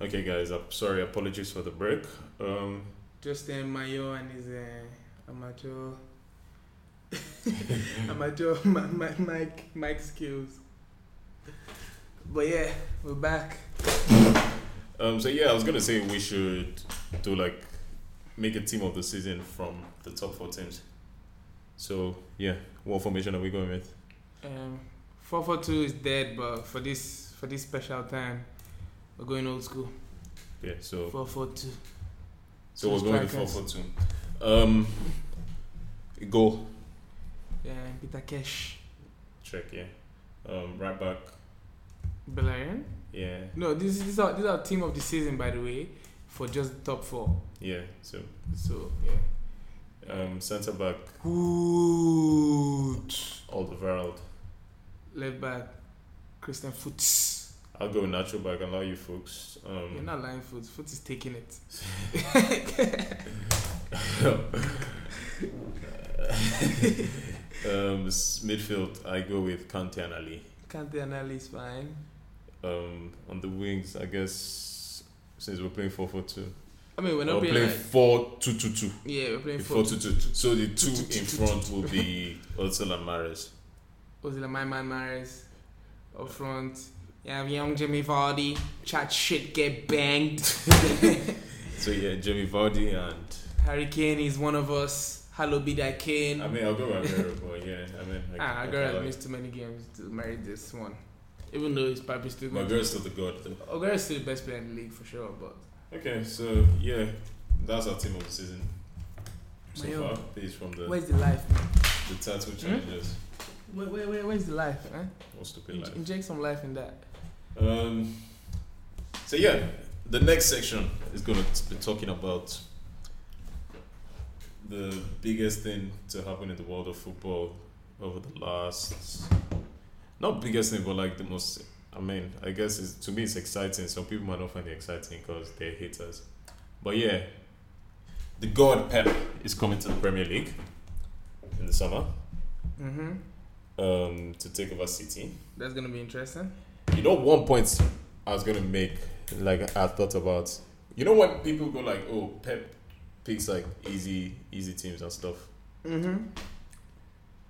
Okay, guys. I'm sorry. Apologies for the break. Um, Justin Mayo and his uh, amateur amateur mi- mi- mic mic skills. But yeah, we're back. um, so yeah, I was gonna say we should do like make a team of the season from the top four teams. So yeah, what formation are we going with? Um, four four two is dead, but for this for this special time, we're going old school. Yeah. So Four four two. so we're going with four strikers. four two. Um, goal Yeah, Peter Cash, check. Yeah. Um, right back. Belarian. Yeah. No, this this is our this is our team of the season, by the way, for just the top four. Yeah. So So yeah. um, centre back Good. Alderweireld. Left back, Christian Foots. I'll go natural back. Allow you folks. Um, You're not lying, Foots. Foots is taking it. um, s- midfield, I go with Kante and Ali. Kante and Ali is fine. Um, on the wings, I guess since we're playing 4 4 2, I mean, we're we're not playing, playing. like, 4 2 2 2. yeah, we're playing 4 2 four. 2. So the two two- in two- front will be Özil and Mares. Was it like my man Maris up front? You have young Jimmy Vardy. Chat shit get banged. So yeah, Jamie Vardy and. Harry Kane is one of us. Hello, be that Kane. I mean, I'll go with Aguero, but yeah, I mean. I, Ah, I Aguero kinda has like- missed too many games to marry this one. Even though his pipe is still but going. Aguero's still the god, though. Aguero is still the best player in the league for sure, but Okay, so yeah, that's our team of the season so Mayo. far. Based from the, where's the life? man? the title challenges. Where, where, where, where's the life? Eh? What's the pay Inj- like? Inject some life in that. Um, so yeah, the next section is going to be talking about the biggest thing to happen in the world of football over the last, not biggest thing, but like the most. I mean, I guess it's, to me it's exciting. Some people might not find it exciting because they're haters, but yeah, the god Pep is coming to the Premier League in the summer Mm-hmm. um, to take over City. That's gonna be interesting. You know, one point I was gonna make, like I thought about. You know when people go like, "Oh, Pep picks like easy, easy teams and stuff." Mm-hmm.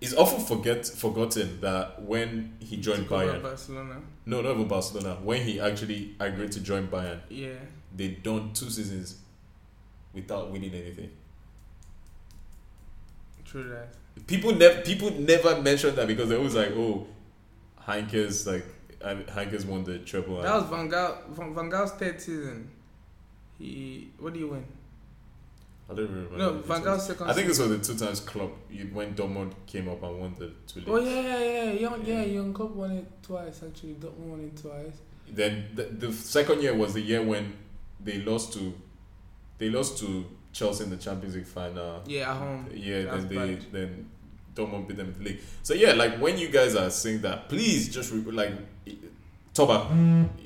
It's often forget forgotten that when he joined Bayern, Barcelona. no, not even Barcelona, when he actually agreed to join Bayern, Yeah. they done two seasons without winning anything. True that. People never, people never mention that because they always like, "Oh, Heinkes like." I Heinkes won the triple. That was Van Gaal. Van, Van Gaal's third season. He. What do you win? I don't remember. no, Van Gaal's second. I think this was the two times club when Dortmund came up and won the two leagues. Oh yeah, yeah, yeah, young, yeah, Yeah. young Klopp won it twice actually. Dortmund won it twice. Then the, the second year was the year when they lost to they lost to Chelsea in the Champions League final. Yeah, at home. Yeah, That was then they bad. then Dortmund beat them in the league. So yeah, like when you guys are saying that, please just re- like Toba,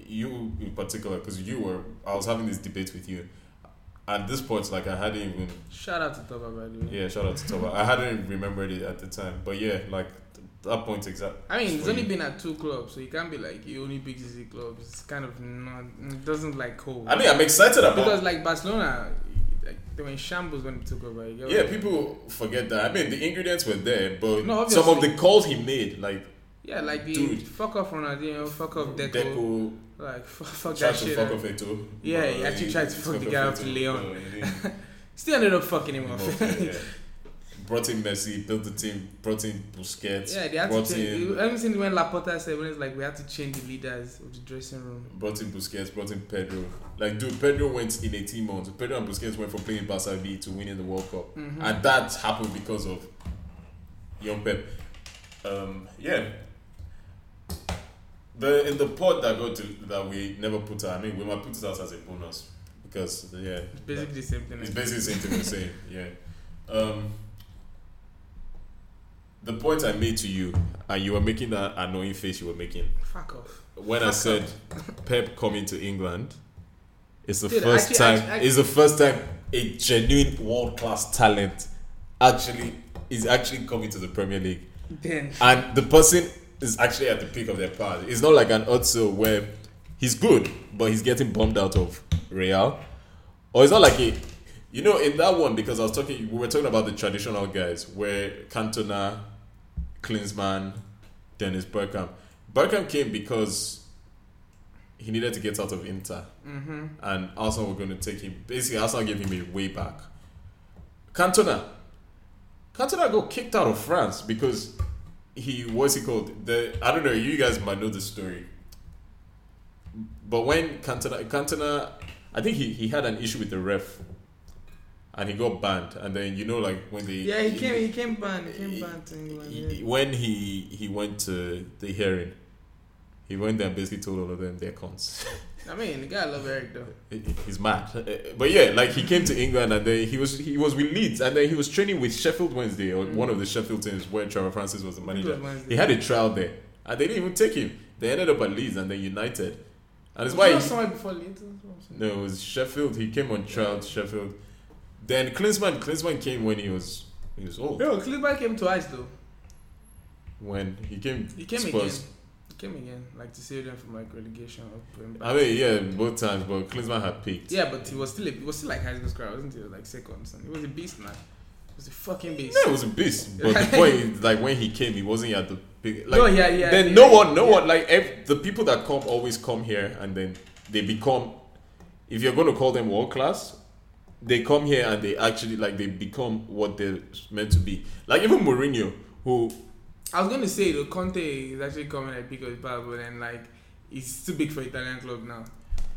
you in particular, because you were I was having this debate with you. At this point, like I hadn't even Shout out to Toba by the way. yeah shout out to Toba. I hadn't remembered it at the time, but yeah, like th- that point exact. I mean, he's For only you. been at two clubs, so you can't be like he only big city clubs. It's kind of not it doesn't like cold. I mean, I'm excited about. because like Barcelona, like, they were in shambles when they took over. You get yeah, what I mean? people forget that. I mean, the ingredients were there, but No, obviously. some of the calls he made, like yeah, like the Dude. fuck off Ronaldinho, fuck off Deco, Deco like fuck, fuck tried that to shit. fuck eh? off Eto. Yeah, But he actually he- tried to he fuck the fucked guy off up to Eto'o. Leon. No, he didn't. Still ended up fucking him off. But, yeah. Brought in Messi, built the team, brought in Busquets, yeah, they had to brought change. in, Have you seen when Laporta said when it's like we had to change the leaders of the dressing room? brought in Busquets, brought in Pedro. Like, dude, Pedro went in 18 months. Pedro and Busquets went from playing Barca B to winning the World Cup. Mhm. and that happened because of young Pep. Um, yeah. The in the pot that got to that we never put out. I mean, we might put it out as a bonus because yeah, It's basically the same thing. it's basically the same thing we're saying. Yeah. Um, the point I made to you, and you were making that annoying face you were making Fuck off. when I said Pep coming to England. It's the Dude, first actually- time. actually- it's the first time a genuine world class talent actually is actually coming to the Premier League, Then and the person is actually at the peak of their power. It's not like an Otso where he's good, but he's getting bummed out of Real. Or it's not like he, you know, in that one because I was talking, we were talking about the traditional guys where Cantona, Klinsmann, Dennis Bergkamp. Bergkamp came because he needed to get out of Inter, Mm-hmm. and Arsenal were going to take him. Basically, Arsenal gave him a way back. Cantona, Cantona got kicked out of France because he what's he called? The I don't know. You guys might know the story, but when Cantona, Cantona, I think he, he had an issue with the ref, and he got banned. And then you know, like when they Yeah, he came. He came banned. He came banned to England. he- yeah. he- when he he went to the hearing, he went there and basically told all of them they're cons. I mean, the guy love Eric though. He- He's mad, Uh, but yeah, like he came to England and then he was he was with Leeds and then he was training with Sheffield Wednesday or Mm. one of the Sheffield teams where Trevor Francis was the manager. Good Wednesday. He had a trial there and they didn't even take him. They ended up at Leeds and then United, and it's Was why he he- not somewhere before Leeds? no, it was Sheffield. He came on trial to Sheffield. Then Klinsman Klinsman came when he was he was old. Yo, Klinsmann came twice though. When he came, He came Spurs. again. He came again, like to save them from like relegation or put him back. I mean, yeah, both times, but Klinsman had peaked. yeah, but he was still a, he was still like Heisman Square, wasn't he? Like second, son. He was a beast, man. He was a fucking beast. No, it was a beast. But the point is, like, when he came, he wasn't at the big. Like, No, yeah, yeah, Then yeah, no one, no yeah. one, like, ev- the people that come always come here and then they become. If you're going to call them world class, they come here and they actually, like, they become what they're meant to be. Like, even Mourinho, who. I was gonna say though, Conte is actually coming at big of his power, but then like he's too big for Italian club now.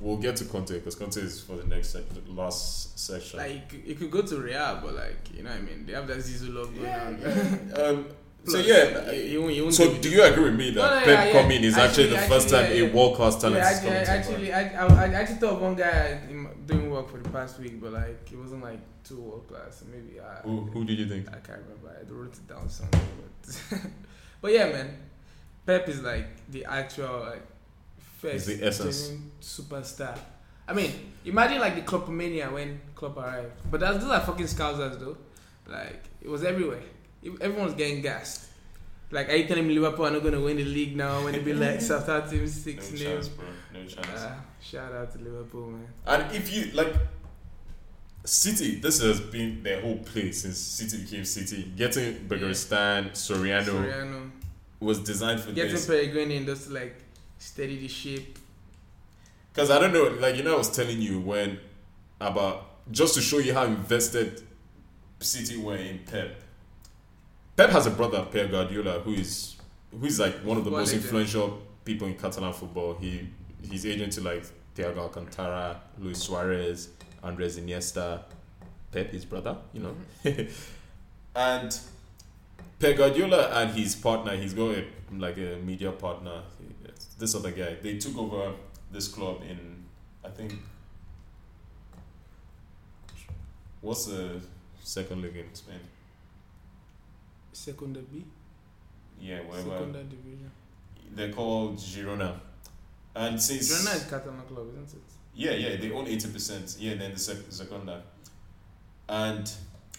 We'll get to Conte because Conte is for the next sec- the last section. Like it could go to Real, but like you know what I mean. They have that Zizou love going on. um, so, Plus, yeah. he, he won't, he won't So, give it do to- you agree with me No, that no, Pep yeah, yeah. coming is actually, the Actually, first actually, time yeah, a world class talent Yeah, is actually, coming to Barca? actually, I, I, I actually thought of one guy in- doing work for the past week, but like it wasn't like too world class. So maybe uh, I, Who, who did you think? I can't remember. I wrote it down somewhere. But, but yeah, man, Pep is like the actual like first the essence. genuine superstar. I mean, imagine like the Kloppomania when Klopp arrived. But that's, those are fucking scousers though. Like it was everywhere. Ev- Everyone was getting gassed. Like, are you telling me Liverpool are not going to win the league now when they be like Southampton six 0 bro. No Ah, shout out to Liverpool, man. And if you like City, this has been their whole play since City became City. Getting Bergeristan, Soriano Soriano. was designed for Getting this. Peregrine and just like steady the ship. Because I don't know, like you know, I was telling you when about just to show you how invested City were in Pep. Pep has a brother, Pep Guardiola, who is who is like one of the Football most legend. influential people in Catalan football. He he's agent to like Thiago Alcantara, Luis Suarez, Andres Iniesta, Pep, his brother, you know. and Pep Guardiola and his partner, he's got a, like a media partner. This other guy, they took over this club in, I think. What's the second league in Spain? Second B. Yeah, Second wherever division. they're called Girona, and since Girona is Catalan club, isn't it? Yeah, yeah, they own eighty percent. Yeah, then the sec- Seconda, and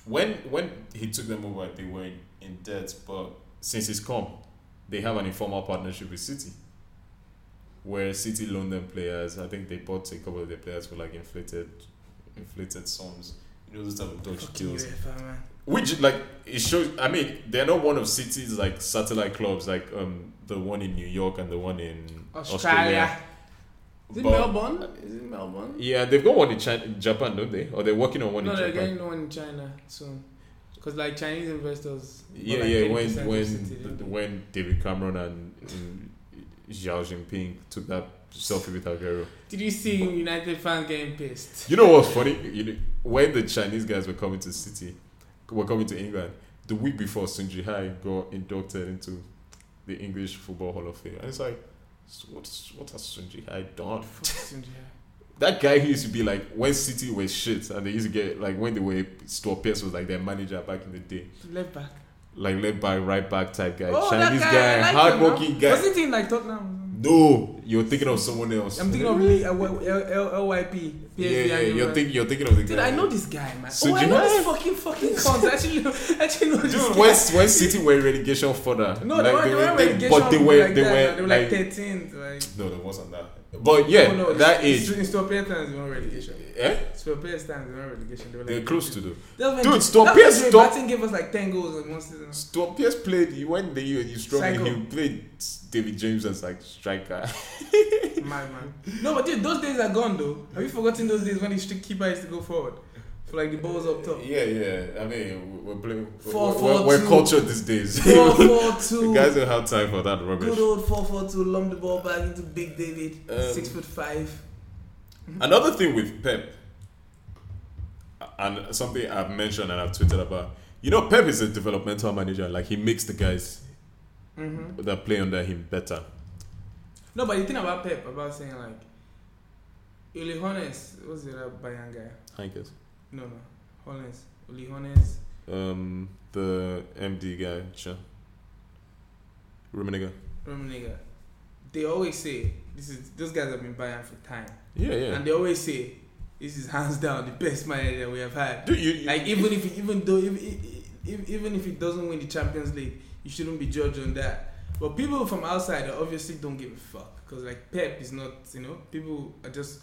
when when he took them over, they were in, in debt. But since he's come, they have an informal partnership with City, where City loaned them players. I think they bought a couple of their players for like inflated, inflated sums. You know those type of dodgy Fucking deals. UEFA, man. Which like it shows. I mean, they're not one of City's like satellite clubs, like um the one in New York and the one in Australia. Is it But- Melbourne? Is it Melbourne? yeah, they've got one in China, Japan, don't they? Or they're working on one no, in they're Japan. getting one in China soon. Because like Chinese investors. bought, yeah, like, yeah. 30% When of when City, th- didn't they? when David Cameron and um, Xiao Jinping took that selfie with Aguero. Did you see United fans getting pissed? You know what's funny? You know, when the Chinese guys were coming to City, were coming to England the week before, Sun Jihai got inducted into the English Football Hall of Fame, and it's like, so what's what has Sun Jihai done? Fucking hell. That guy who used to be like when City were shit, and they used to get like when they were Stuart Pearce was like their manager back in the day. Left back. like left back, right back type guy, Oh, that Chinese guy, guy, I like him, hardworking huh? guy. Wasn't he in like Tottenham? no, you're thinking of someone else. I'm thinking of Lee, uh, L- L- LYP. PSV, yeah, yeah, I yeah, you're remember. thinking, you're thinking of the Dude, guy. I know this guy, man. So oh, I do you know have- this fucking fucking cons. actually, know- actually know this Dude, guy. when when City were in relegation further, No, like, they were, they were they- relegation but they were, like they that, were, man. they were like 13th. Like, no, there wasn't that. But yeah, Oh, no, that it's, age, It's, it's to appear times is not relegation. eh? It's to appear times is not relegation. They were like, They're close to the That's when- Dude, Stope that's when Pierce- Drake Stope- Martin gave us like 10 goals in one season. Stuart Pierce played when the year you struggled. Psycho. He played David James as like striker. Madman. No, but dude, those days are gone though. Have you forgotten those days when the strict keeper used to go forward? For like the balls up top. Yeah, yeah. I mean, we're playing. Four, we're, four, we're two. cultured these days. 4 4 You 2. guys don't have time for that rubbish. Good old 4 4 2. Lump the ball back into Big David. Um, 6 foot 5. Another thing with Pep, and something I've mentioned and I've tweeted about, you know, Pep is a developmental manager. Like, he makes the guys Mm-hmm. that play under him better. No, but the thing about Pep, about saying like, Uli Hones, what's the other Bayern guy? I guess. No, no. Hones. Uli Hones. Um, the MD guy, sure. Rummenigge. Rummenigge. They always say, this is those guys have been Bayern for time. Yeah, yeah. And they always say, this is hands down the best manager we have had. Dude, you, Like even if even though if, if, even if it doesn't win the Champions League, you shouldn't be judged on that. But people from outside obviously don't give a fuck because like Pep is not you know people are just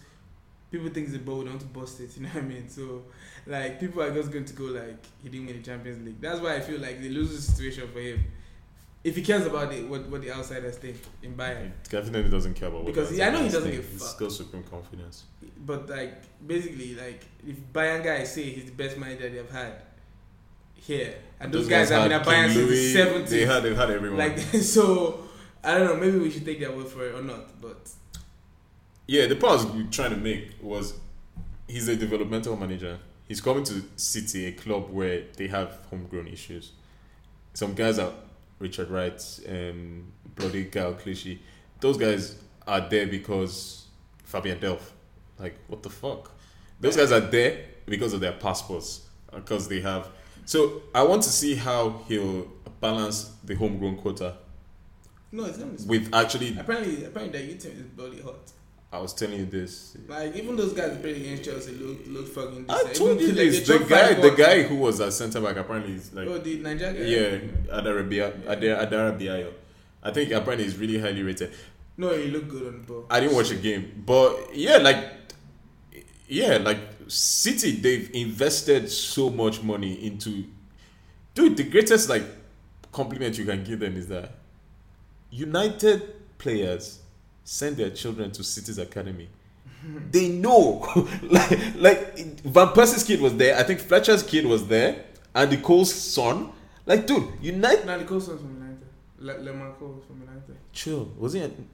people think it's a ball they want to bust it you know what I mean so like people are just going to go like he didn't win the Champions League that's why I feel like they lose the situation for him if he cares about it what what the outsiders think in Bayern definitely doesn't care about what Because, the yeah, I know he Aztecs doesn't think. give a He's fuck. still supreme confidence. but like basically like if Bayern guys say he's the best manager they've had here and those, guys have been at Bayern King since Louis, the 70s They had, they had everyone. Like so, I don't know. Maybe we should take their word for it or not. But Yeah, the point I was trying to make was he's a developmental manager. He's coming to City, a club where they have homegrown issues. Some guys are Richard Wright, um, Bloody Gal Clichy. Those guys are there because Fabian Delph. Like, what the fuck? Those guys are there because of their passports, because they have. So I want to see how he'll balance the homegrown quota no, it's not. with actually. Apparently, apparently their youth team is bloody hot. I was telling you this Like even those guys that played against Chelsea look look fucking. I decent. told Even you like, they this. The dropped guy, five the balls. guy who was at centre back apparently is like Oh, the Nigerian guy. yeah, Adarabia, Adar- Adarabiayo. I think apparently he's really highly rated. No, he looked good on the ball. I didn't watch a game, but yeah, like yeah, like City, they've invested so much money into. Dude, the greatest like compliment you can give them is that United players send their children to City's academy. they know, like, like Van Persie's kid was there. I think Fletcher's kid was there, and the Cole's son. Like, dude, United. Now the coach was from United. Le- Lemar Cole was from United. Chill, was he? An,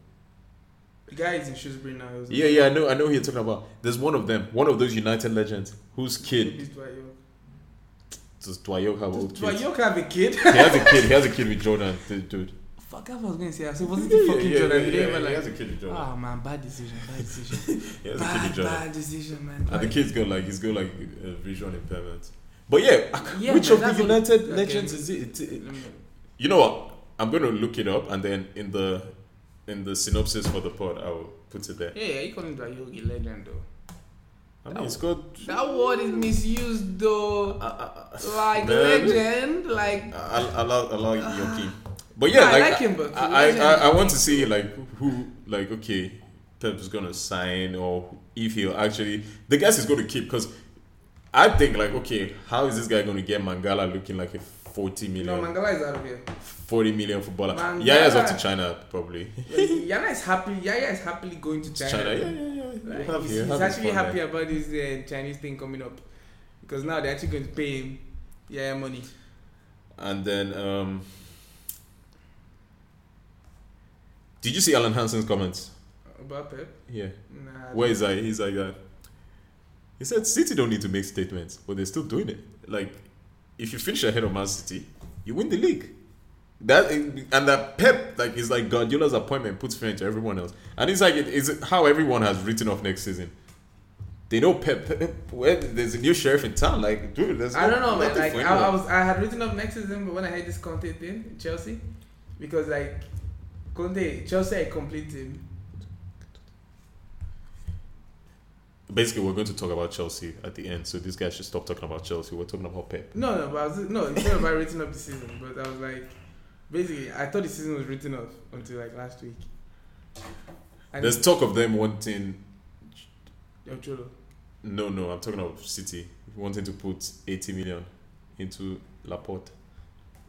The guy is in Shrewsbury now. He was in- Yeah, yeah, I know, I know. Who you're talking about. There's one of them, one of those United legends, whose He kid beat Dwight York. does Dwayok have? old Does Dwight kids? York have a kid? He has a kid. He has a kid with Jordan, dude. dude. Fuck, I was going to say. I said, was it the fucking Jordan? They were he like, has a kid with Jordan. Ah man, bad decision, bad decision, he has a kid bad with Jordan. bad decision, man. And the kid's got like he's got like a visual impairment. But yeah, Yeah, which man, of that's the what- United okay. legends is it? It- Let me- You know what? I'm gonna look it up, and then in the in the synopsis for the pod, I will put it there. Yeah, yeah, you call him Dwight York a legend though. I mean, it's got. That word is misused though. I- I- I- Like Man. legend, like I'll allow allow Yoki. But yeah, I like, like him, but I, I, he I, wasn't- I want to see like who like okay, Pep's gonna sign or if he'll actually the guys he's gonna keep because I think like okay, how is this guy gonna get Mangala looking like a forty no million Mangala is out of here. forty million footballer? Mangala. Yaya's off to China probably. Yana is happy. Yaya is happily going to China. China, yeah, yeah, yeah. We'll Like, have he's you, he's have you actually fun happy about this uh, Chinese thing coming up because now they're actually going to pay him Yaya money. there. And then um, did you see Alan Hansen's comments? About Pep, Yeah. nah. Where is I? He's like, uh, he said City don't need to make statements, but they're still doing it. Like, if you finish ahead of Man City, you win the league. That and that Pep like is like Guardiola's appointment puts fear into everyone else, and it's like it is how everyone has written off next season. They know Pep. Pep well, there's a new sheriff in town. Like, dude, there's I no- don't know, man. nothing Like for I, I anyone. was, I had written up next season, but when I heard this Conte thing, Chelsea, because like Conte, Chelsea, I complete him. Basically, we're going to talk about Chelsea at the end, so this guy should stop talking about Chelsea. We're talking about Pep. No, no, but I was no. It's not about written up the season, but I was like, basically, I thought the season was written off until like last week. And There's talk of them wanting. El Cholo. No, no, I'm talking of City wanting to put 80 million into Laporte,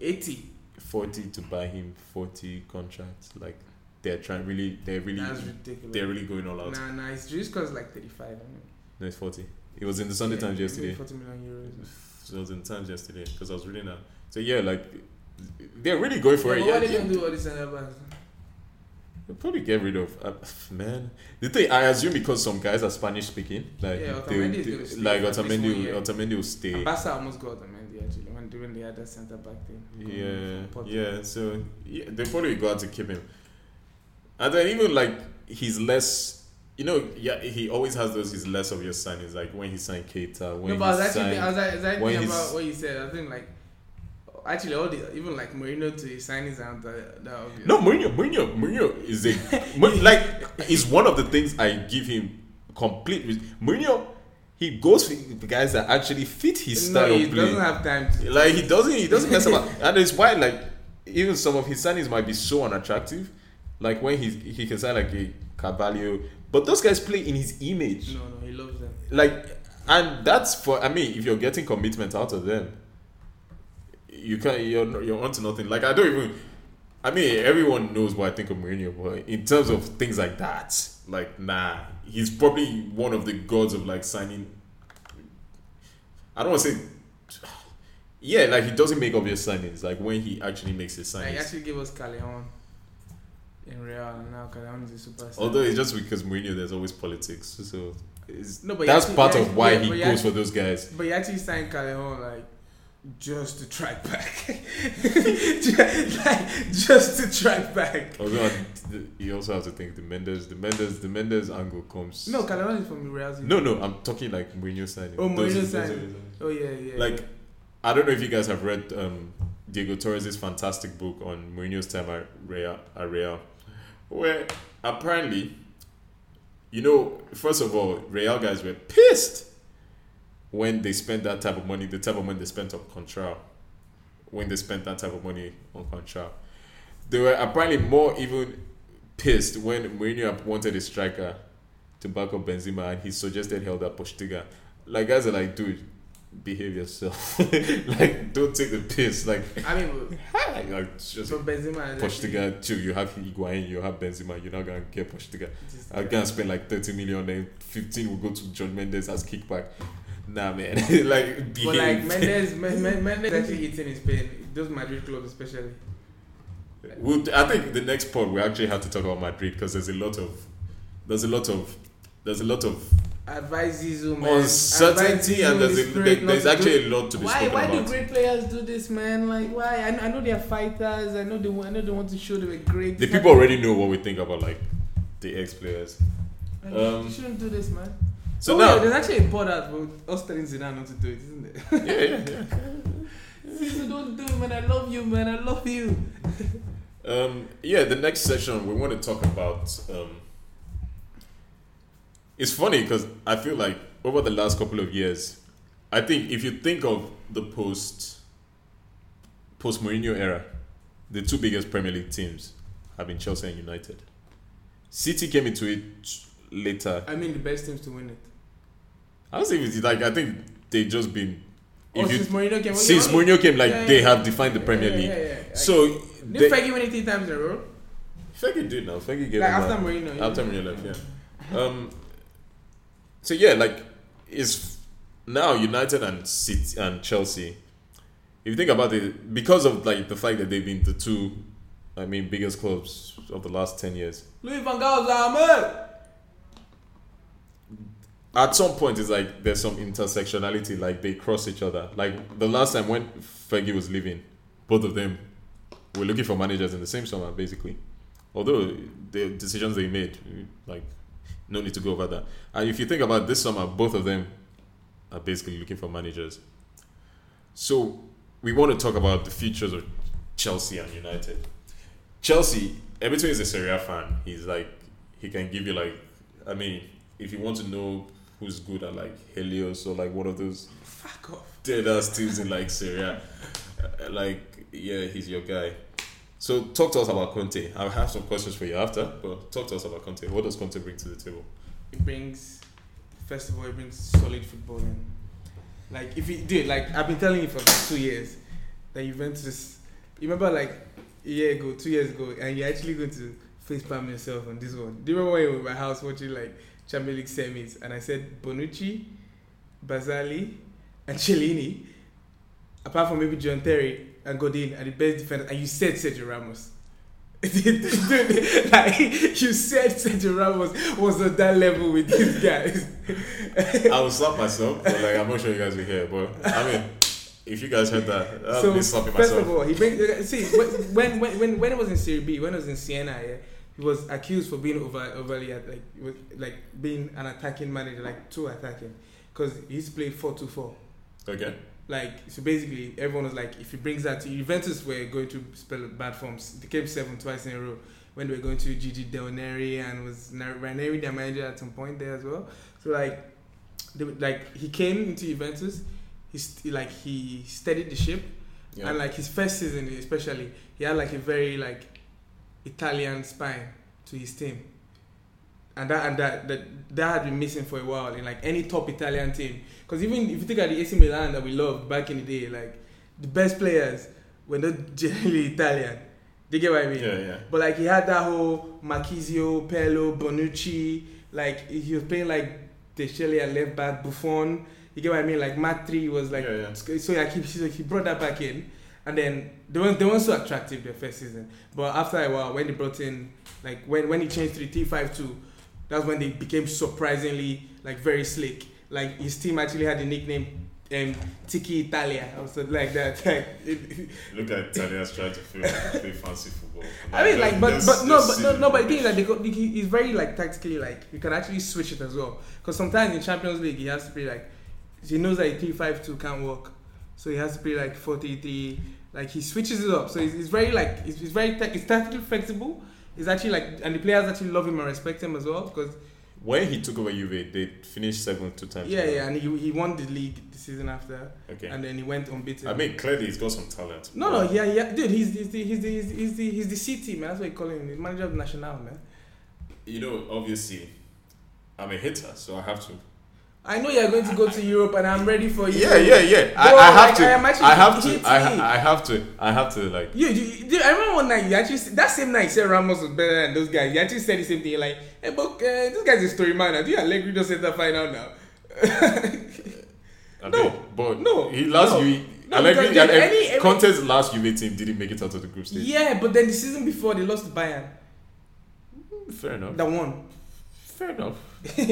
80. 40 to buy him 40 contracts. Like they're trying really, they're really, That's ridiculous. they're really going all out. Nah, nah, it's just because like 35. I mean, No, it's 40. It was in the Sunday yeah, Times maybe yesterday. 40 million euros. So it was in the Times yesterday because I was reading that. So yeah, like they're really going for Yeah, it. but why Yeah, they yeah. don't do all this and that? They'll probably get rid of uh, man. The thing I assume because some guys are Spanish speaking, like Yeah, they, Otamendi is they- gonna stay like for at least one Otamendi, year. Otamendi will stay. Barca almost got Otamendi actually when during the other centre back thing. Yeah, From Porto. yeah. So yeah, they probably got to keep him, and then even like he's less. You know, yeah, he always has those. He's less of your signings, like when he signed Keita, when no, but I was he actually signed. thinking, I was, I was actually when thinking he's- about what you said. I think like actually all the even like Marino to his signings aren't that, that obvious. No, Mourinho, Mourinho, Mourinho is a Mourinho, like is one of the things I give him complete. With. Mourinho, he goes with the guys that actually fit his style no, he of doesn't play. have time. To, like he doesn't, he doesn't mess about, and it's why like even some of his signings might be so unattractive. Like when he he can sign like a Carvalho, but those guys play in his image. no, no, he loves them. Like, and that's for I mean, if you're getting commitment out of them, you can you're you're onto nothing. Like I don't even. I mean, everyone knows what I think of Mourinho, but in terms of things like that, like nah, he's probably one of the gods of like signing. I don't want to say, yeah, like he doesn't make obvious signings. Like when he actually makes his Like he signings, actually gave us Callejon in Real, and now Callejon is a superstar. although it's just because Mourinho, there's always politics, so it's, No, but he that's actually- part yeah, of why yeah, he but goes he for those guys. But he actually signed Callejon like just to track back, Ju- like just to track back. Although I- th- Oh, you also have to think the Mendes, the Mendes, the Mendes angle comes. No, Callejon is from Real. no, no. I'm talking like Mourinho signing. Oh, Those- Mourinho those- signing. Oh yeah, yeah. Like, I don't know if you guys have read um, Diego Torres's fantastic book on Mourinho's time at Real, at Real, where apparently, you know, first of all, Real guys were pissed when they spent that type of money, the type of money they spent on Contral, when they spent that type of money on Contral. They were apparently more even pissed when Mourinho wanted a striker to back up Benzema and he suggested Helder Postiga. Like, guys are like, dude, behave yourself. like, don't take the piss. Like, I mean, but- like, like, just so Benzema. is actually- Postiga, chill. You have Higuain, you have Benzema, you're not going to get Postiga. Just- I'm going to spend like 30 million, then 15 will go to John Mendes as kickback. Nah, man. like, behave. But like Mendes, Men- Men- Mendes actually eating in Spain. Those Madrid clubs, especially. We'll, I think the next part we actually have to talk about Madrid because there's a lot of, there's a lot of, there's a lot of Advise Zizou, man. Advise uncertainty Zizou and there's, in a, the there- spirit not there's to actually do- a lot to be Why? spoken Why do about. great players do this, man? Like why? I, I know they're fighters. I know they. wa- I know they want to show they were great. the people already know what we think about like the ex players. Like, um, you shouldn't do this, man. So oh, yeah, now, there's actually a pod out for us telling Zidane not to do it, isn't it? yeah, yeah, yeah. Zizou, don't do it, man. I love you, man. I love you. Um, yeah, the next session we want to talk about. Um, it's funny because I feel like over the last couple of years, I think if you think of the post post Mourinho era, the two biggest Premier League teams have been Chelsea and United. City came into it later. I mean, the best teams to win it. I don't say if it's like I think they just been Oh, if you, since Mourinho came, since yeah, Mourinho came, like yeah, they yeah. have defined the Premier yeah, League. Yeah, yeah, yeah. So Did they, Fergie win it three times in a row? Fergie did now. Fergie gave Like them after that. Mourinho. After Mourinho left, yeah. Um, so yeah, like it's now United and City and Chelsea. If you think about it, because of like the fact that they've been the two, I mean, biggest clubs of the last ten years. Louis van Gaal's Ahmed. At some point, it's like there's some intersectionality. Like they cross each other. Like the last time when Fergie was leaving, both of them were looking for managers in the same summer, basically. Although the decisions they made, like, no need to go over that. And if you think about this summer, both of them are basically looking for managers. So we want to talk about the futures of Chelsea and United. Chelsea, Everton is a Serie A fan. He's like he can give you like I mean, if you want to know who's good at like Helios or like one of those Fuck off. Uh, dead ass teams in like Syria. Like, yeah, he's your guy. So talk to us about Conte. I have some questions for you after, but talk to us about Conte. What does Conte bring to the table? It brings, first of all, it brings solid football in. Like if you dude, like I've been telling you for like two years that Juventus. You remember like a year ago, two years ago, and you're actually going to face palm yourself on this one. Do you remember when you were in my house watching like Champions League semis, and I said Bonucci, Basali, and Cellini, apart from maybe John Terry and Godin, are the best defenders, and you said Sergio Ramos. Dude, like you said Sergio Ramos was on that level with these guys. I will slap myself, but like I'm not sure you guys will hear. But I mean, if you guys heard that, I'll so be slapping first myself. of all, he made, see when when when when it was in Serie B, when it was in Siena, yeah, he was accused for being over overly at- like he was, like being an attacking manager, like too attacking, because he used to play four two four. okay. Like so, basically, everyone was like, if he brings that to Juventus, were going to spell bad forms. They came seven twice in a row when they were going to Gigi Del Neri and was Na- Ranieri their manager at some point there as well. So like, they, were- like he came into Juventus, he st- like he steadied the ship, Yeah. and like his first season especially, he had like a very like Italian spine to his team. And that and that that, that had been missing for a while in like any top Italian team. Because even if you think at the AC Milan that we loved back in the day, like the best players were not generally Italian. Do you get what I mean? yeah, yeah. But like he had that whole Marquisio, Pello, Bonucci, like he was playing like Deschelli at left back, Buffon. You get what I mean? Like Matri was like yeah, yeah. so like he, so he brought that back in, and then they weren't they weren't so attractive the first season. But after a while, when they brought in like when when he changed to the T five two, that's when they became surprisingly like very slick. Like his team actually had the nickname um, Tiki Italia or something like that. Like, it- Look at Italians trying to feel, play fancy football. I mean, like, but just- but no, just but see no, the no, but the thing is rubbish. that they go, he- he's very like tactically like you can actually switch it as well. Because sometimes in Champions League he has to be like he knows that three five two can't work, so he has to be like four three three. Like he switches it up, so it's, it's very like it's, it's very tech it's tactically flexible. It's actually like and the players actually love him and respect him as well because when he took over Juve, they finished seventh two times. yeah in a row. yeah and he, he won the league the season after Okay. and then he went unbeaten. I mean, clearly he's got some talent. no no yeah yeah dude he's he's the he's the he's the, he's the, he's the CT man that's what you call him he's manager of national man. You know, obviously, I'm a hitter, so I have to. I know you're going to go to Europe, and I'm ready for you. Yeah, yeah, yeah. I, Bro, I have like, to. I I, am actually have to. I, hitting. ha- I have to. I have to. Like, You, you, you, dude, I remember one night you actually said- that same night you said Ramos was better than those guys. You actually said the same thing. You're like, hey, but uh, this guy's a story man. Now. Do you Allegri just set that final now? I No, mean, but no, he last no. Juve. No, Allegri, because Allegri- any- every- Conte's last Juve team didn't make it out of the group stage. yeah, but then the season before they lost to Bayern. Fair enough. That one. Fair enough.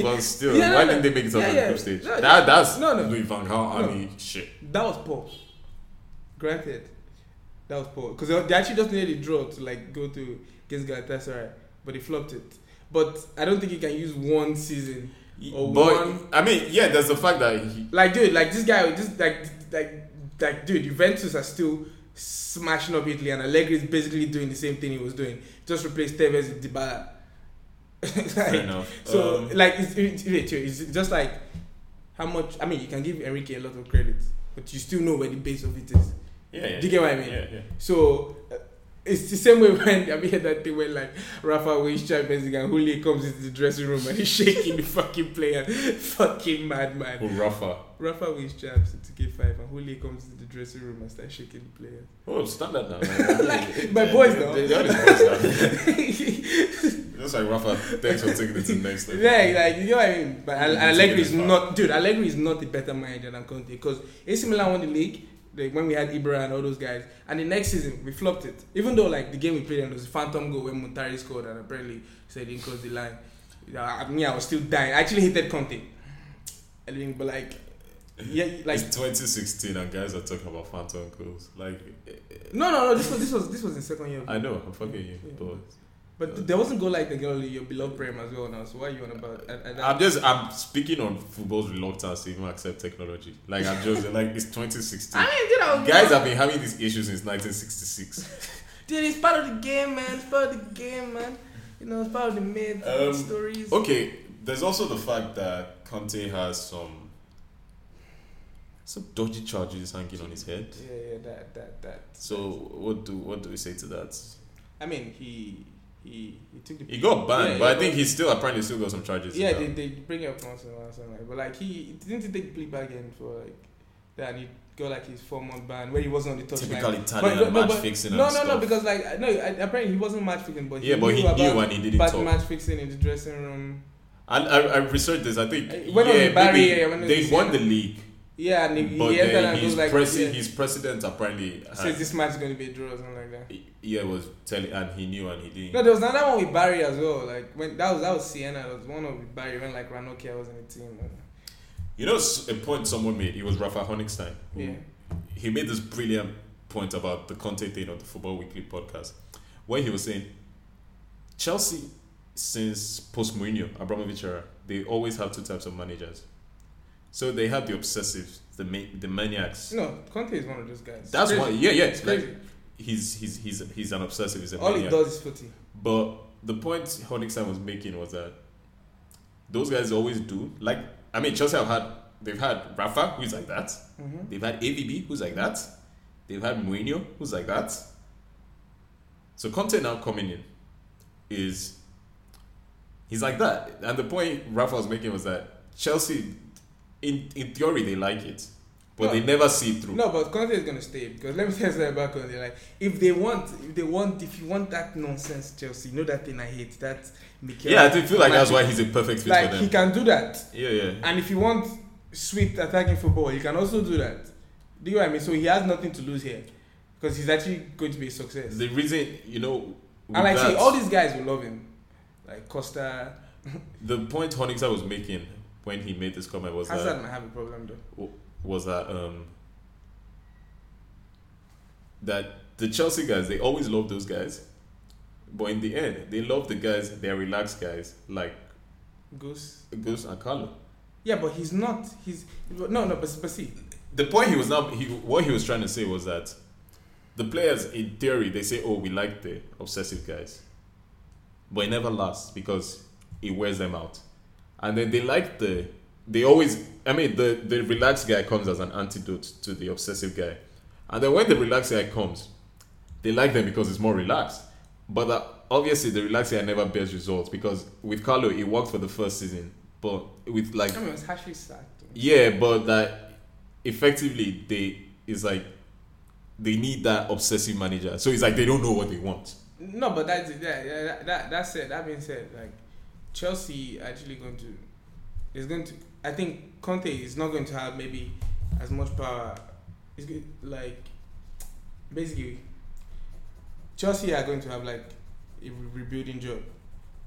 But still, Yeah, no, why no. didn't they make it out Yeah, of yeah. the group stage? No, that that's no, no. Louis Van Gaal No. army shit. That was poor. Granted, that was poor because they actually just needed a draw to like go to against Galatasaray, but they flopped it. But I don't think you can use one season or But one I mean, yeah, there's the fact that he, Like, dude, like this guy, just like, like, like, dude, Juventus are still smashing up Italy, and Allegri is basically doing the same thing he was doing. Just replace Tevez with Dybala. fair like, enough. so, Um, like, it's, it, it, it's just like how much. I mean, you can give Enrique a lot of credit, but you still know where the base of it is. yeah, yeah, Do you get what I mean? Yeah, yeah. So uh, it's the same way when I heard that thing when like Rafa wins Champions League and Julio comes into the dressing room and he's shaking the fucking player, fucking madman. Oh, Rafa. Rafa wins champs to K5 and Julio comes into the dressing room and starts shaking the players. Oh, standard now. Like, my boys now. They, they, are the boys now. Just like Rafa, thanks for taking it to the next level. yeah, like you know what I mean. But Al- He's Allegri is taking it not, dude. Allegri is not a better manager than Conte because AC Milan won the league like, when we had Ibra and all those guys, and the next season we flopped it. Even though like the game we played and it was a phantom goal when Montari scored and apparently said he didn't cross the line. I mean, I was still dying. I actually hated Conte. I mean, but like, yeah, like it's 2016 and guys are talking about phantom goals. Like, no, no, no. This was this was this was the second year. Of I know, I'm fucking you, but But th- there wasn't go like the girl your beloved Prem as well now. So why are you on about? And, and I'm just I'm speaking on football's reluctance to even accept technology. Like I'm just like it's 2016. I mean, dude, I was, Guys have been having these issues since 1966. dude, it's part of the game, man. It's part of the game, man. You know, it's part of the myth Um, stories. Okay, there's also the fact that Conte has some Some dodgy charges hanging on his head. Yeah, yeah, that, that, that. So what do what do we say to that? I mean, he, he, he took the. He got banned, Yeah, but yeah, I think he's still apparently still got some charges. Yeah, now. they, they bring it up once in a while, something like. But like he didn't he take plea bargain for like that, and he got like his four month ban where he wasn't on the touchline. typical But- Italian but- but- match fixing No, no, and no, stuff. because like I- no, I, apparently he wasn't match fixing, but he yeah, but knew he about knew and he didn't bad talk. match fixing in the dressing room. I, I, I researched this. I think Uh, yeah, when was it? Barry, maybe yeah, when was they it? won the league, Yeah, and he, but he entered then and his was like, presi- yeah, his president apparently had- says this match is going to be a draw or something like that. yeah was telling and he knew and he No, didn't. there was another one with Barry as well. Like when that was that was Sienna. There was one with Barry when like Ranocchia was in the team. You know s- a point someone made. It was Rafa Honigstein. who- Yeah. he made this brilliant point about the Conte thing on the Football Weekly podcast, where he was saying Chelsea since post Mourinho, Abramovich era, they always have two types of managers. So they have the obsessives, the ma- the maniacs. No, Conte is one of those guys. That's Crazy. why, yeah, yeah. It's like, crazy. he's he's he's he's an obsessive. He's a All he maniac. does is footy. But the point Honigstein was making was that those guys always do. Like, I mean, Chelsea have had they've had Rafa, who's like that. Mm-hmm. They've had AVB, who's like that. They've had Mourinho, who's like that. So Conte now coming in is he's like that. And the point Rafa was making was that Chelsea, in in theory, they like it, but they No. never see it through. No, but Conte is gonna stay because let me tell you something about Conte. Like, if they want, if they want, if you want that nonsense, Chelsea, you know that thing I hate, that Mikel. yeah, I do feel like that's why he's a perfect fit Like for he them. can do that, Yeah, yeah. and if you want sweet attacking football, you can also do that. Do you know what I mean? So he has nothing to lose here because he's actually going to be a success. The reason, you know, with and like, see, that- all these guys will love him, like Costa, the point Honigsa was making when he made this comment was Hazard that might have a problem though. was that um that the Chelsea guys they always love those guys, but in the end they love the guys they are relaxed guys like Goose. Gus and Carlo. Yeah, but he's not. He's no, no. But, but see, The point he was now he what he was trying to say was that the players in theory they say oh we like the obsessive guys, but it never lasts because it wears them out, and then they like the they always I mean the the relaxed guy comes as an antidote to the obsessive guy, and then when the relaxed guy comes, they like them because it's more relaxed, but uh, obviously the relaxed guy never bears results because with Carlo it worked for the first season, but with like I mean, it was Ashley sacked. though. yeah, but that effectively they is like they need that obsessive manager. So it's like they don't know what they want. No, but that's it. Yeah, yeah, that, that that's it. That being said, like Chelsea actually going to is going to. I think Conte is not going to have maybe as much power. It's go- like basically Chelsea are going to have like a re- rebuilding job,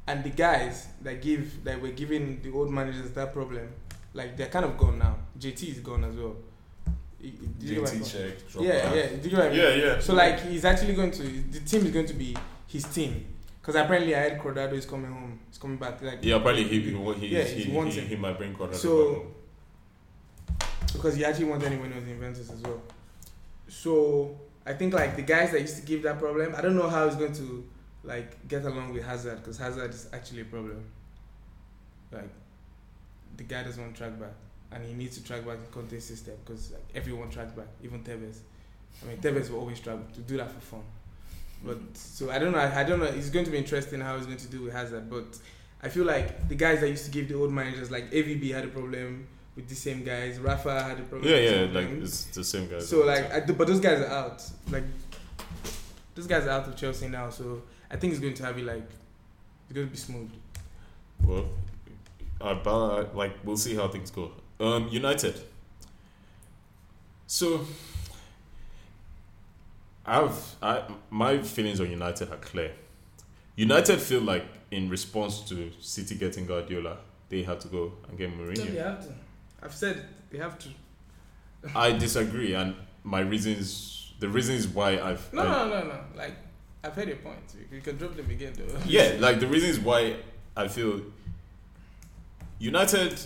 and the guys that give that were giving the old managers that problem, like they're kind of gone now. JT is gone as well. You- you- do you get what I'm- check, yeah, yeah. Do you get what I mean? yeah. So like he's actually going to the team is going to be his team because apparently I heard Cordado is coming home. He's coming back. Like yeah, apparently he he he, Yeah, he, he he, wants he, him. might bring Conrad. So- because he actually wanted anyone else in Juventus as well. So I think like the guys that used to give that problem, I don't know how he's going to like get along with Hazard because Hazard is actually a problem. Like the guy doesn't want to track back, and he needs to track back the Conte system because like everyone tracks back, even Tevez. I mean Tevez will always struggle to do that for fun. But so I don't know. I, I don't know. It's going to be interesting how he's going to do with Hazard. But I feel like the guys that used to give the old managers like AVB had a problem with the same guys. Rafa had a problem. yeah, with yeah, the same like guys. it's the same guys. so like I do, but those guys are out. Like those guys are out of Chelsea now. So I think it's going to have it like it's going to be smooth. well, about like we'll see how things go. Um, United. So, I've I my feelings on United are clear. United feel like in response to City getting Guardiola, they had to go and get Mourinho. have to. I've said they have to. I disagree, and my reasons, the reasons why I've No, I- no, no, no. Like I've heard your point. You, you can drop them again though. yeah, like the reasons why I feel United.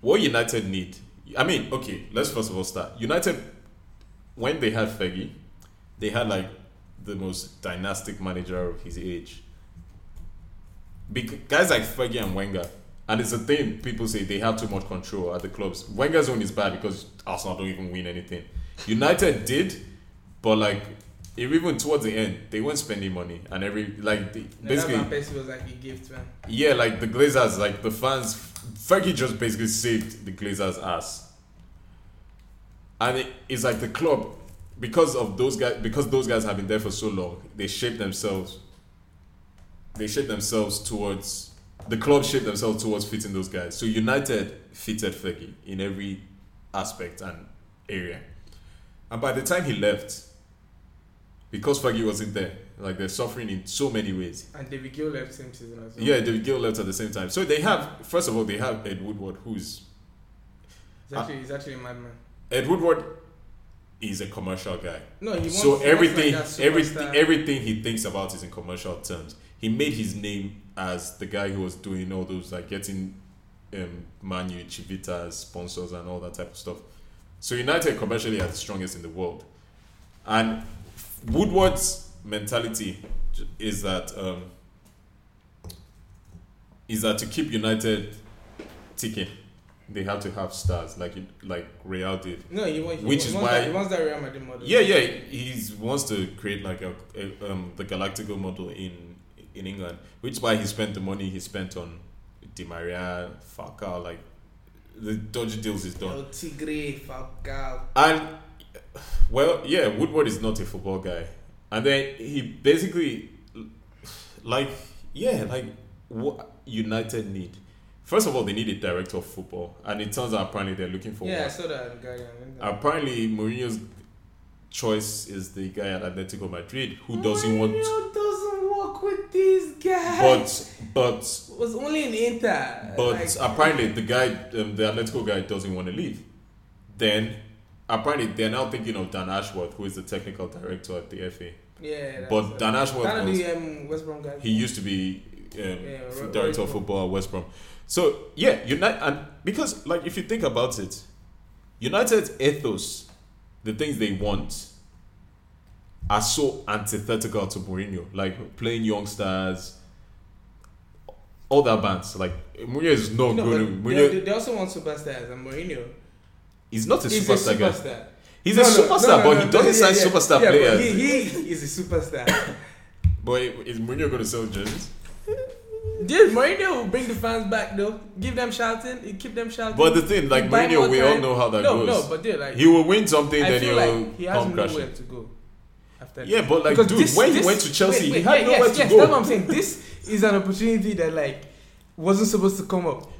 What United need? I mean, okay, let's first of all start. United, when they had Fergie, they had like the most dynastic manager of his age. Bec- guys like Fergie and Wenger And it's a thing people say they have too much control at the clubs. Wenger's own is bad because Arsenal don't even win anything. United did, but like even towards the end, they weren't spending money and every like they, basically Van Persie was like a gift, man. yeah, like the Glazers, like the fans, Fergie just basically saved the Glazers' ass. And it, it's like the club, because of those guys, because those guys have been there for so long, they shape themselves. They shape themselves towards the club shaped themselves towards fitting those guys. So United fitted Fergie in every aspect and area. And by the time he left, because Fergie wasn't there, like they're suffering in so many ways. And David Gill left same season as well. Yeah, David Gill left at the same time. So they have, first of all, they have Ed Woodward, who's He's actually, he's actually a madman. Ed Woodward is a commercial guy. No, he wants, so he everything, wants like that everything, superstar- everything he thinks about is in commercial terms. He made his name as the guy who was doing all those like getting um, Manu Chivitas sponsors and all that type of stuff. So United commercially are the strongest in the world, and Woodward's mentality j- is that um, is that to keep United ticking, they have to have stars like like Real did. No, he wants. he which wants is that, why- he wants that Real Madrid model. Yeah, yeah, he wants to create like a, a um, the Galactico model in in England, which is why he spent the money he spent on Di Maria, Falcao, like the dodgy deals he's done. El Tigre, Falcao. And well, yeah, Woodward is not a football guy, and then he basically, like, yeah, like what United need. First of all, they need a director of football, and it turns out apparently they're looking for Yeah, I one. saw that in Guardian. didn't I? Apparently, Mourinho's choice is the guy at Atletico Madrid who doesn't want, Mourinho doesn't work with these guys. but but It was only in Inter. But like, apparently, the guy, um, the Atletico guy, doesn't want to leave. Then, apparently, they're now thinking of Dan Ashworth, who is the technical director at the FA. yeah. that's- But Dan Kind Ashworth, of was, the um, West Brom guy. he used to be um, Ro- f- director Ro- of football at West Brom. So yeah, United, and because like if you think about it, United's ethos, the things they want, are so antithetical to Mourinho. Like playing youngsters, all that bands. Like Mourinho is not no, good. but Mourinho they, they also want superstars, and Mourinho He's not a is superstar, a guy. superstar. He's No, a no, superstar, no, no, but no, he no, doesn't yeah, sign yeah. superstar yeah, players. But he, he is a superstar. Boy, is Mourinho going to sell jerseys? Dude, Mourinho will bring the fans back though. Give them shouting, he keep them shouting. But the thing, like Buy Mourinho, more we all time. know how that no, goes. No, but dude, like he will win something, I then feel he'll like he has come nowhere crashing. to go after. Yeah, this. but like, Because dude, this- when he this- went to Chelsea, wait, he wait, had yeah, nowhere yes, to yes, go. That's what I'm saying. This is an opportunity that like wasn't supposed to come up.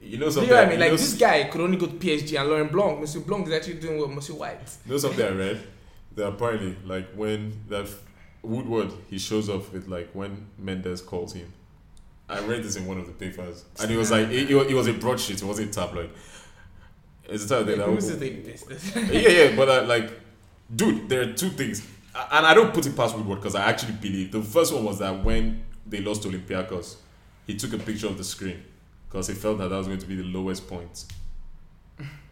You know Do you something? know what I mean? you Like know, this guy could only go to PSG and Lauren Blanc. Monsieur Blanc is actually doing what Monsieur White. you know something I read? That apparently, like when that Woodward he shows up with like when Mendes calls him. I read this in one of the papers, and it was like it, it, was, it was a broadsheet. It wasn't tabloid. It's the type of Wait, thing that who's would- the thing this? this- yeah, yeah, but uh, like, dude, there are two things, A- and I don't put it past Woodward because I actually believe the first one was that when they lost to Olympiacos, he took a picture of the screen because he felt that that was going to be the lowest point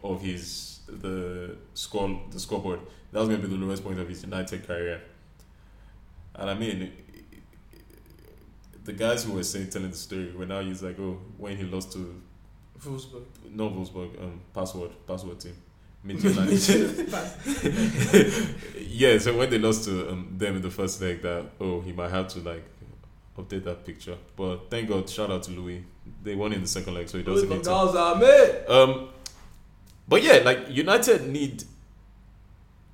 of his the score the scoreboard. That was going to be the lowest point of his United career, and I mean. The guys who were saying telling the story were now he's like, oh, when he lost to Wolfsburg. not Wolfsburg, um, password, password team, Midtjylland. Pass. yeah, so when they lost to um, them in the first leg, that oh, he might have to like update that picture. But thank God, shout out to Louis. They won in the second leg, so he doesn't need Wolfsburg, to. that was our mate. Um, but yeah, like United need.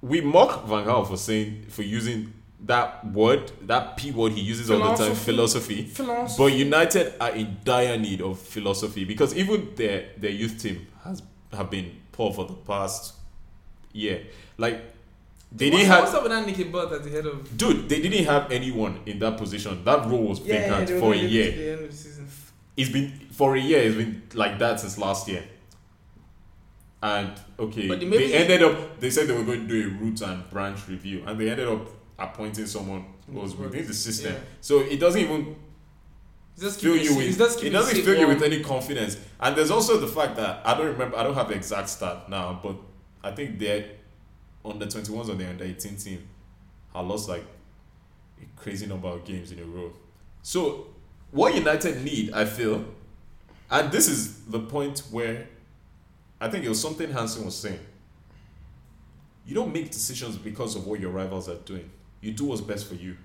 We mock Van Gaal for saying for using that word, that p word he uses all the time, philosophy. Philosophy. Florence. But United are in dire need of philosophy because even their their youth team has have been poor for the past year. Like they what's, didn't have what's up with that Nicky Butt at the head of dude, they didn't have anyone in that position. That role was vacant for a year. The end of the season. It's been for a year. It's been like that since last year. And okay, But they they, maybe- ended up. They said they were going to do a root and branch review, and they ended up appointing someone who was within the system. Yeah. So it doesn't even Just keep fill you with It's just it keep doesn't safe fill you warm. with any confidence. And there's also the fact that I don't remember I don't have the exact stat now, but I think they're on the twenty ones or the under eighteen team I lost like a crazy number of games in a row. So what United need, I feel, And this is the point where I think it was something Hansen was saying. You don't make decisions because of what your rivals are doing. You do what's best for you.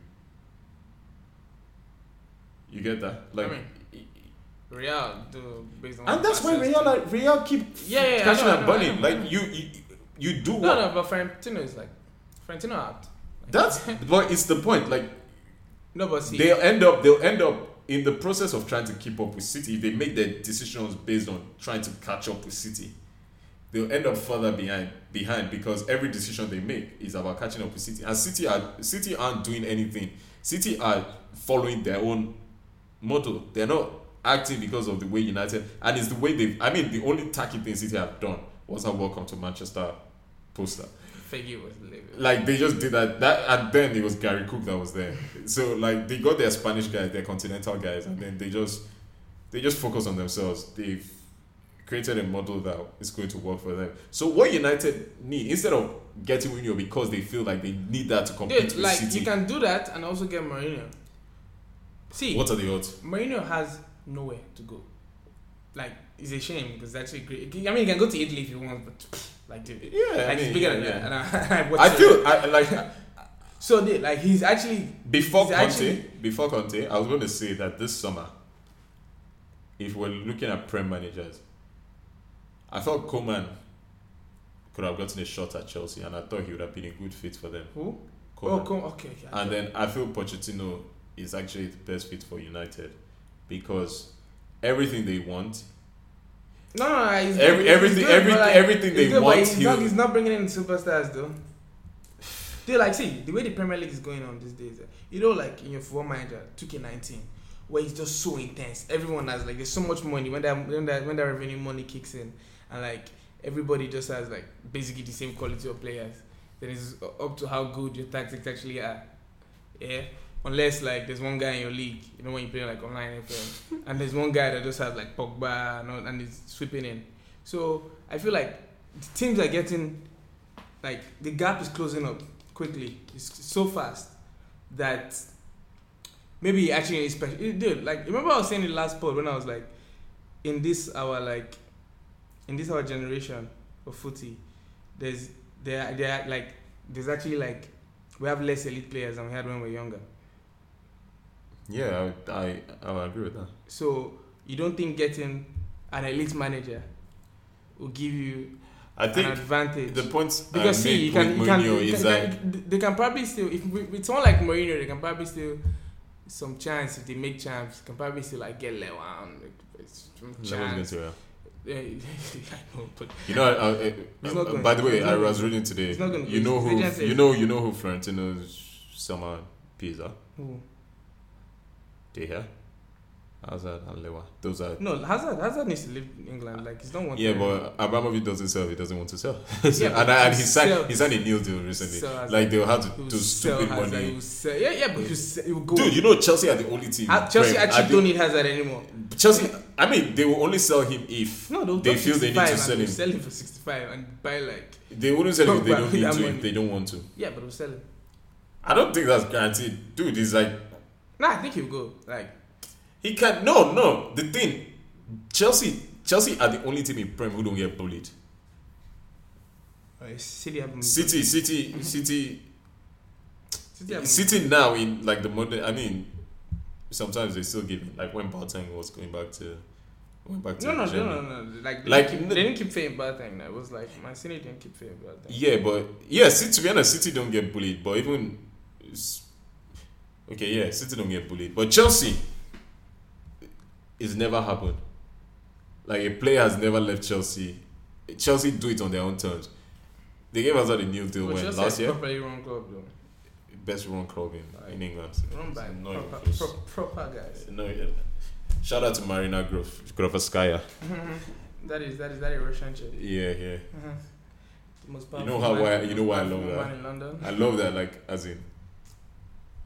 You get that? Like, I mean, Real do based on and that's why passes Real, to- like, Real keep Yeah, yeah, yeah, I catching know, I and know, I burning. know, I know. Like you, you, you do what No, no, but Frentino is like Frentino out. That's but it's the point. Like No, but see, they'll end up they'll end up in the process of trying to keep up with City. If they make their decisions based on trying to catch up with City, they'll end up further behind behind because every decision they make is about catching up with City. And City are City aren't doing anything. City are following their own model. They're not acting because of the way United and it's the way they I mean the only tacky thing City have done was a welcome to Manchester poster Feggy was leaving. like they just did that that and then it was Gary Cook that was there. So like they got their Spanish guys, their continental guys, and then they just they just focus on themselves. They've created a model that is going to work for them. So what United need instead of getting Mourinho because they feel like they need that to compete Dude, with like City. you can do that and also get Mourinho. See, what are the odds? Mourinho has nowhere to go. Like, it's a shame because it's actually great. I mean, you can go to Italy if you want, but like, dude, Yeah, I like mean, it's bigger than yeah, yeah. that. And I, I feel I like so. Dude, like he's actually before He's Conte, actually- before Conte, I was going to say that this summer, if we're looking at prem managers, I thought Coman could have gotten a shot at Chelsea, and I thought he would have been a good fit for them. who? Coman. Oh, come, okay, okay. And then I feel Pochettino is actually the best fit for United because everything they want, no, no, no, he's, Every- he's everything- good, every- but, like, everything he's they good, but want, He's not, he'll- he's not bringing in superstars though. Dude, like, see the way the Premier League is going on these days. eh, You know, like in your football manager, two K nineteen, where it's just so intense. Everyone has like there's so much money when that when that when that revenue money kicks in, and like everybody just has like basically the same quality of players. Then it's up to how good your tactics actually are. Yeah. Unless like there's one guy in your league, you know when you play like online FM, and there's one guy that just has like Pogba and all, and is sweeping in. So I feel like the teams are getting like the gap is closing up quickly. It's so fast that maybe actually it's special. Dude, like remember I was saying in the last pod when I was like, in this our like, in this our generation of footy, there's there there are, like there's actually like we have less elite players than we had when we were younger. yeah, I I, I would agree with that. So you don't think getting an elite manager will give you I an think advantage? the point Because I see, you make can, you with can, Mourinho you is can, that they can probably still if with with someone like Mourinho, they can probably still some chance if they make chance, can probably still like get Lewan. like, it's Some That was going chance. to, uh, Yeah, I know, but You know, I, I, He's not uh, going. by the way, He's I not was reading today. He's not going. You know They just who said- you know you know who Fiorentino's summer pizza who? they here. Hazard and Lewa. Those are no Hazard. Hazard needs to leave England. Like he's not one. yeah, to- but Abramovich doesn't sell. He doesn't want to sell. so, Yeah, and but and he sell- signed he signed a new deal recently. sell Hazard. like they'll have He to will do sell stupid Hazard, he money. will sell- Yeah, yeah, but you sell, he will go. Dude, you know Chelsea are the only team. Ah, Chelsea Prem, actually are don't the- need Hazard anymore. Chelsea. I mean, they will only sell him if No, they'll they drop feel they need 65 to and sell we'll him. Sell him for sixty-five and buy like They wouldn't sell him if they Pogba don't with need that to. money. If they don't want to, yeah, but we'll sell him. I don't think that's guaranteed. Dude, it's like Nah, I think he'll go. Like He can no no. The thing, Chelsea Chelsea are the only team in Prem who don't get bullied. uh, City have City City City City have City now in like the modern. I mean, sometimes they still give like when Boateng was going back to went back to No, no, no, Germany. no, no. Like, they, Like, didn't keep, no- they didn't keep saying bad thing. It was like my senior didn't keep saying bad thing. Yeah, but yeah, City, to be honest, City don't get bullied. But even it's- okay, yeah, City don't get bullied. But Chelsea, it's never happened. Like a player has never left Chelsea. Chelsea do it on their own terms. They gave us a new deal But when just last like year properly wrong club though. best run club in, in England. Run by No, it proper, was- pro, proper guys. no, it- shout out to Marina Grof Grofskaya. that is that is that is Russian shit. Yeah, yeah. Uh-huh. The most You know powerful how man- why- you know why I most love powerful that. man in London. I love that, like, as in,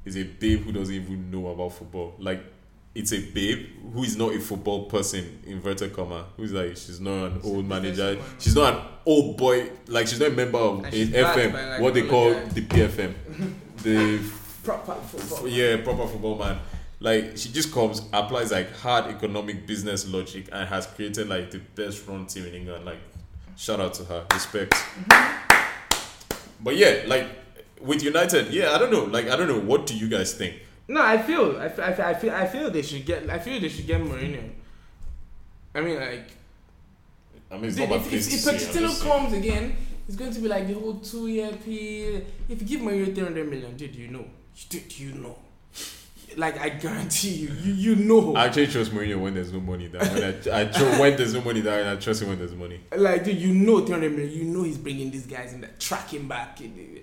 is a babe who doesn't even know about football. Like, it's a babe who is not a football person, inverted comma, who's like, she's not an She's a old manager, businesswoman. she's not an old boy, like, she's not a member of And a she's backed FM, by, like, what they all the call guys. the PFM. the, Proper football. yeah, proper football man. Like she just comes, applies like hard economic business logic, and has created like the best run team in England. Like, shout out to her, respect. Mm-hmm. But yeah, like with United, yeah, I don't know. Like I don't know. What do you guys think? No, I feel, I feel, I feel, I feel, I feel they should get. I feel they should get Mourinho. I mean, like I mean, it's Dude, not my if, place if, to if say, I'm just Pochettino saying. comes again, it's going to be like the whole two year period. If you give Mario 300 million, dude, you know. Dude, you know. Like, I guarantee you, you, you know. I actually trust Mourinho when there's no money down. When I, I tr- when there's no money down, and I trust him when there's money. like, dude, you know 300 million. You know he's bringing these guys in that tracking back. And,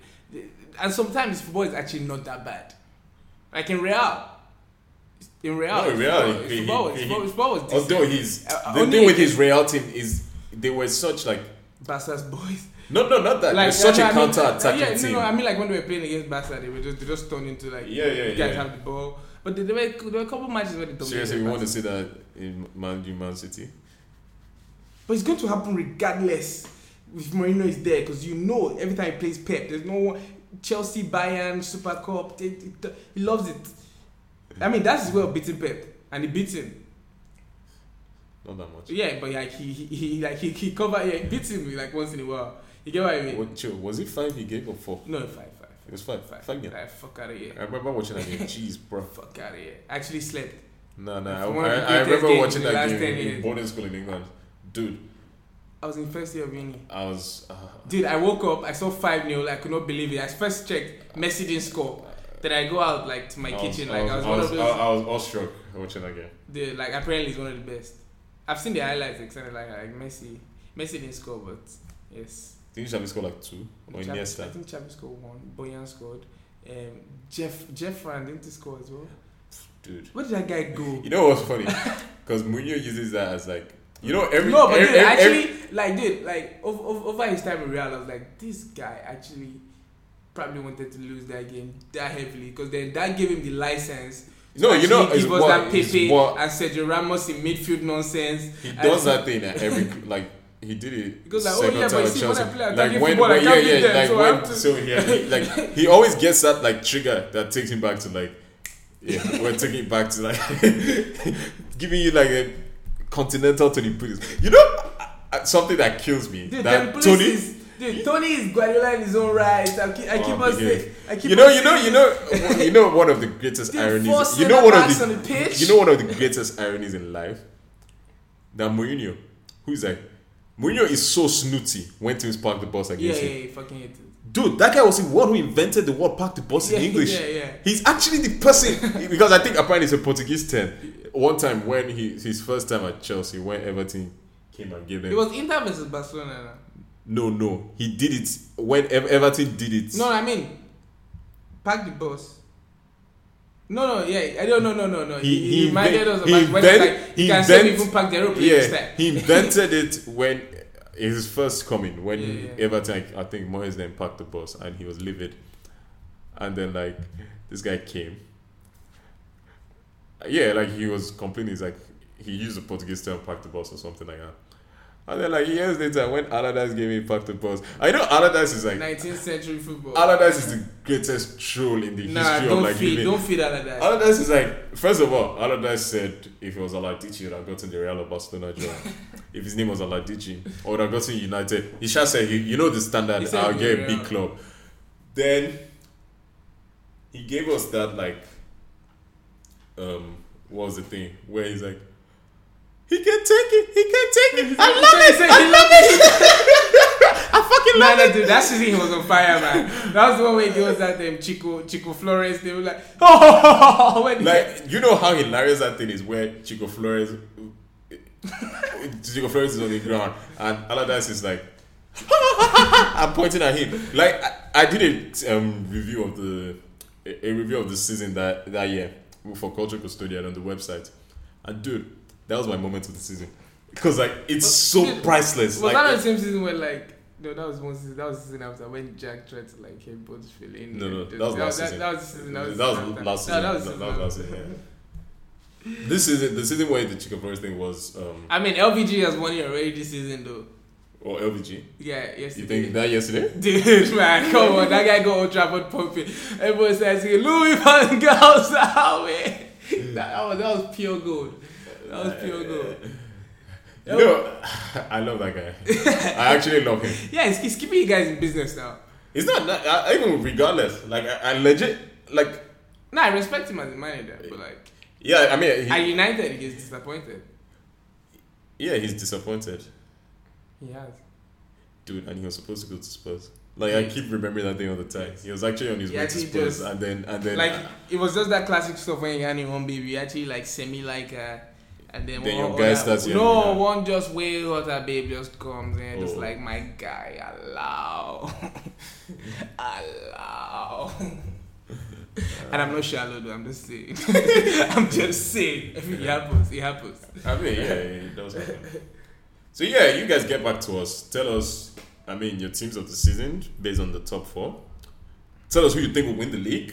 and sometimes football is actually not that bad. Like in Real. In Real. No, in Real, football- he- he- football was- he- football- football was decent. Although he's Uh, the only thing with against- his Real team is they were such like Barca's boys. no no not that like, like uh, such I a mean, counter attacking yeah, no, team. No, I mean like when they were playing against Barca, they were just they just turned into like Yeah, yeah, you guys yeah. have the ball. But there there were there were a couple matches where they dominated. Seriously, we want to Barca. see that in Man, in Man City. But it's going to happen regardless if Mourinho is there because you know every time he plays Pep, there's no one, Chelsea, Bayern, Super Cup. They, they- they- he loves it. I mean that's his way of beating Pep, and he beats him. Not that much. Yeah, but like he he, he like he, he cover yeah, he beats him like once in a while. You get what I mean? What, chill, was it five he gave or four? No, five five. It was five. Five, yeah. Like, fuck out of here. I remember watching that game. Jeez, bro. Fuck out of here. I actually slept. No, no. It's I, one of the I, I greatest remember games watching in the that last game 10 in years. boarding school in England. Dude, I was in first year of uni. I was. Uh, Dude, I woke up, I saw 5 0, I could not believe it. I first checked, Messi didn't score. Then I go out like to my I was- kitchen, I like I was, was, Uh, one of I, those. I was awestruck watching that game. dude, like apparently he's one of the best. I've seen the highlights, except like, like Messi. Messi didn't score, but yes. Didn't Xavi score like two or Xavi- I Iniesta? think Xavi scored one. Boyan scored. Um, Jeff Jeff Rand didn't he score as well. Dude, Where did that guy go? you know what's funny? Because Mourinho uses that as like, you know, every no, but every, dude, every- actually, like, dude, like, over, over, over his time in Real, I was like, this guy actually probably wanted to lose that game that heavily because then that gave him the license. to no, you know, actually it's give us what, that it's Pepe what- and Sergio Ramos in midfield nonsense. he and- does that thing at every like. He did it. Because like, oh, second yeah, but time you at see, when I Chelsea. play like attacking football, I yeah, can't yeah, beat them, like so I when, have to- so yeah, he, like he always gets that like trigger that takes him back to like, yeah, we're taking it back to like, giving you like a continental Tony Pulis. You know, uh, something that kills me Dude, that them Tony. Is, dude, Tony is Guardiola in his own right. I keep, I Oh, keep big on game. saying, I keep you know, on you know, saying you know, you know. One of the greatest Dude, four ironies. You know, centre one of backs the, on the pitch. you know one of the greatest ironies in life. That Mourinho, who is like, Mourinho is so snooty when teams park the bus Yeah, against yeah, him. yeah, fucking hate it. Dude, that guy was the one who invented the word "park the bus" in Yeah, English. yeah, yeah. He's actually the person because I think apparently it's a Portuguese term. One time when he his first time at Chelsea, when Everton came and gave It them. was Inter versus Barcelona. No, no, he did it when Ev- Everton did it. No, I mean, pack the bus. No, no, yeah, I don't, no, no, no, no. He- He, he he reminded invent- us of he when it's invent- like he he can still invent- even pack the aeroplane yeah, next time. he invented it when his first coming when Yeah, yeah. Everton, I think Moyes then packed the bus and he was livid, and then like this guy came. Yeah, like he was complaining. He's like he used the Portuguese term "pack the bus" or something like that. And then like years later, when Allardyce gave me "pack the bus," I know Allardyce is like 19th century football. Allardyce is the greatest troll in the nah, history of don't like feed, living. don't feed all of that. Allardyce is like, first of all, Allardyce said if it was Aladici, he would have gotten the Real of Barcelona job. if his name was Aladici, or would have gotten United. He shall say, you you know the He standard, said I'll get a Real. big club. Then he gave us that, like, um, what was the thing? Where he's like, he can take it, he can take it. I He love said- he it, said I he love it. I fucking Nah, love nah, it. dude, that season he was on fire, man. That was the one where he was at them Chico, Chico Flores. They were like, oh, when he- Like you know how hilarious that thing is where Chico Flores Chico Flores is on the ground and Allardyce is like I'm pointing at him. Like I, I did a um, review of the a, a review of the season that that year for Culture Custodian on the website. And dude, that was my moment of the season. Because like it's so Dude, priceless. was like, that the same season where like? No, that was one season. That was the season after when Jack tried to like hit Huddersfield in. No, no, Just- that was last that, season. That was the season. That was, that was the season last after. season. No, that was the season last after. season. yeah. this is the season where the Chico Flores thing was um I mean, LVG has won it already this season, though. or LVG. Yeah, yesterday. You think that yesterday? Dude, man, come on. That guy got Old Trafford pumping. Everyone says, Louis Van Gaal's out, man. Mm. that, that was that was pure gold. That was pure gold. You know, I love that guy. I actually love him. Yeah, he's, he's keeping you guys in business now. It's not that, I, I even regardless. Like I, I legit like Nah, I respect him as a manager, but like yeah. I mean, at he, United, he gets disappointed. yeah, he's disappointed, He has. dude. And he was supposed to go to Spurs. Like I keep remembering that thing all the time. He was actually on his Yeah, way to he Spurs, just- and then and then like uh, it was just that classic stuff when you had your own baby, you actually like semi like uh and then, Then one your guy other- starts yelling No, at- one just way hotter babe just comes in, just Oh. like my guy, allow, allow. and I'm not shallow, though, I'm just saying. I'm just saying. It happens. It happens. I mean, yeah, it does happen. So yeah, you guys get back to us. Tell us, I mean, your teams of the season based on the top four. Tell us who you think will win the league.